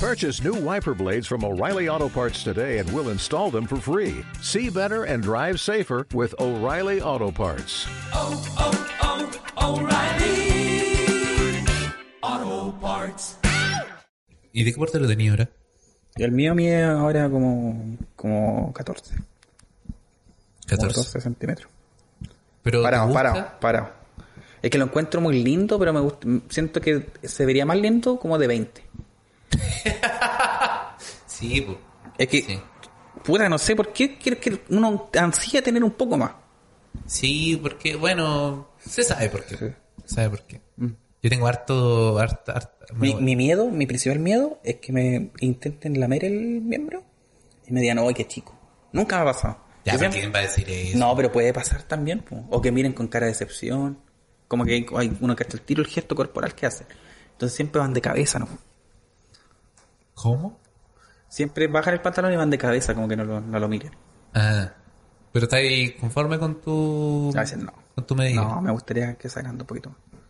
Purchase new wiper blades from O'Reilly Auto Parts today and we'll install them for free. See better and drive safer with O'Reilly Auto Parts. Oh, oh, oh, O'Reilly. Auto Parts. ¿Y de qué parte lo tenía ahora? Y el mío mide ahora como, como 14, como 14. 14 centímetros. Pero ¿te Parado, gusta? parado, parado. Es que lo encuentro muy lindo, pero me gusta, siento que se vería más lindo como de 20. Sí, po. Es que, Sí. puta, no sé por qué quiero que uno ansía tener un poco más. Sí, porque, bueno, se sabe por qué. Sí. Mm. Se sabe por qué. Yo tengo harto, harta, harta- Mi, bueno, mi miedo, mi principal miedo es que me intenten lamer el miembro y me digan, ¡ay, qué chico! Nunca me ha pasado. Ya, pero Yo siempre- ¿quién va a decir eso? No, pero puede pasar también. po. O que miren con cara de decepción. Como que hay uno que hasta el tiro el gesto corporal que hace. Entonces siempre van de cabeza, ¿no? ¿Cómo? Siempre bajan el pantalón y van de cabeza, como que no lo, no lo miren. Ah, pero estás conforme con tu... A veces no. Con tu medida. No, me gustaría que sacaran un poquito. más.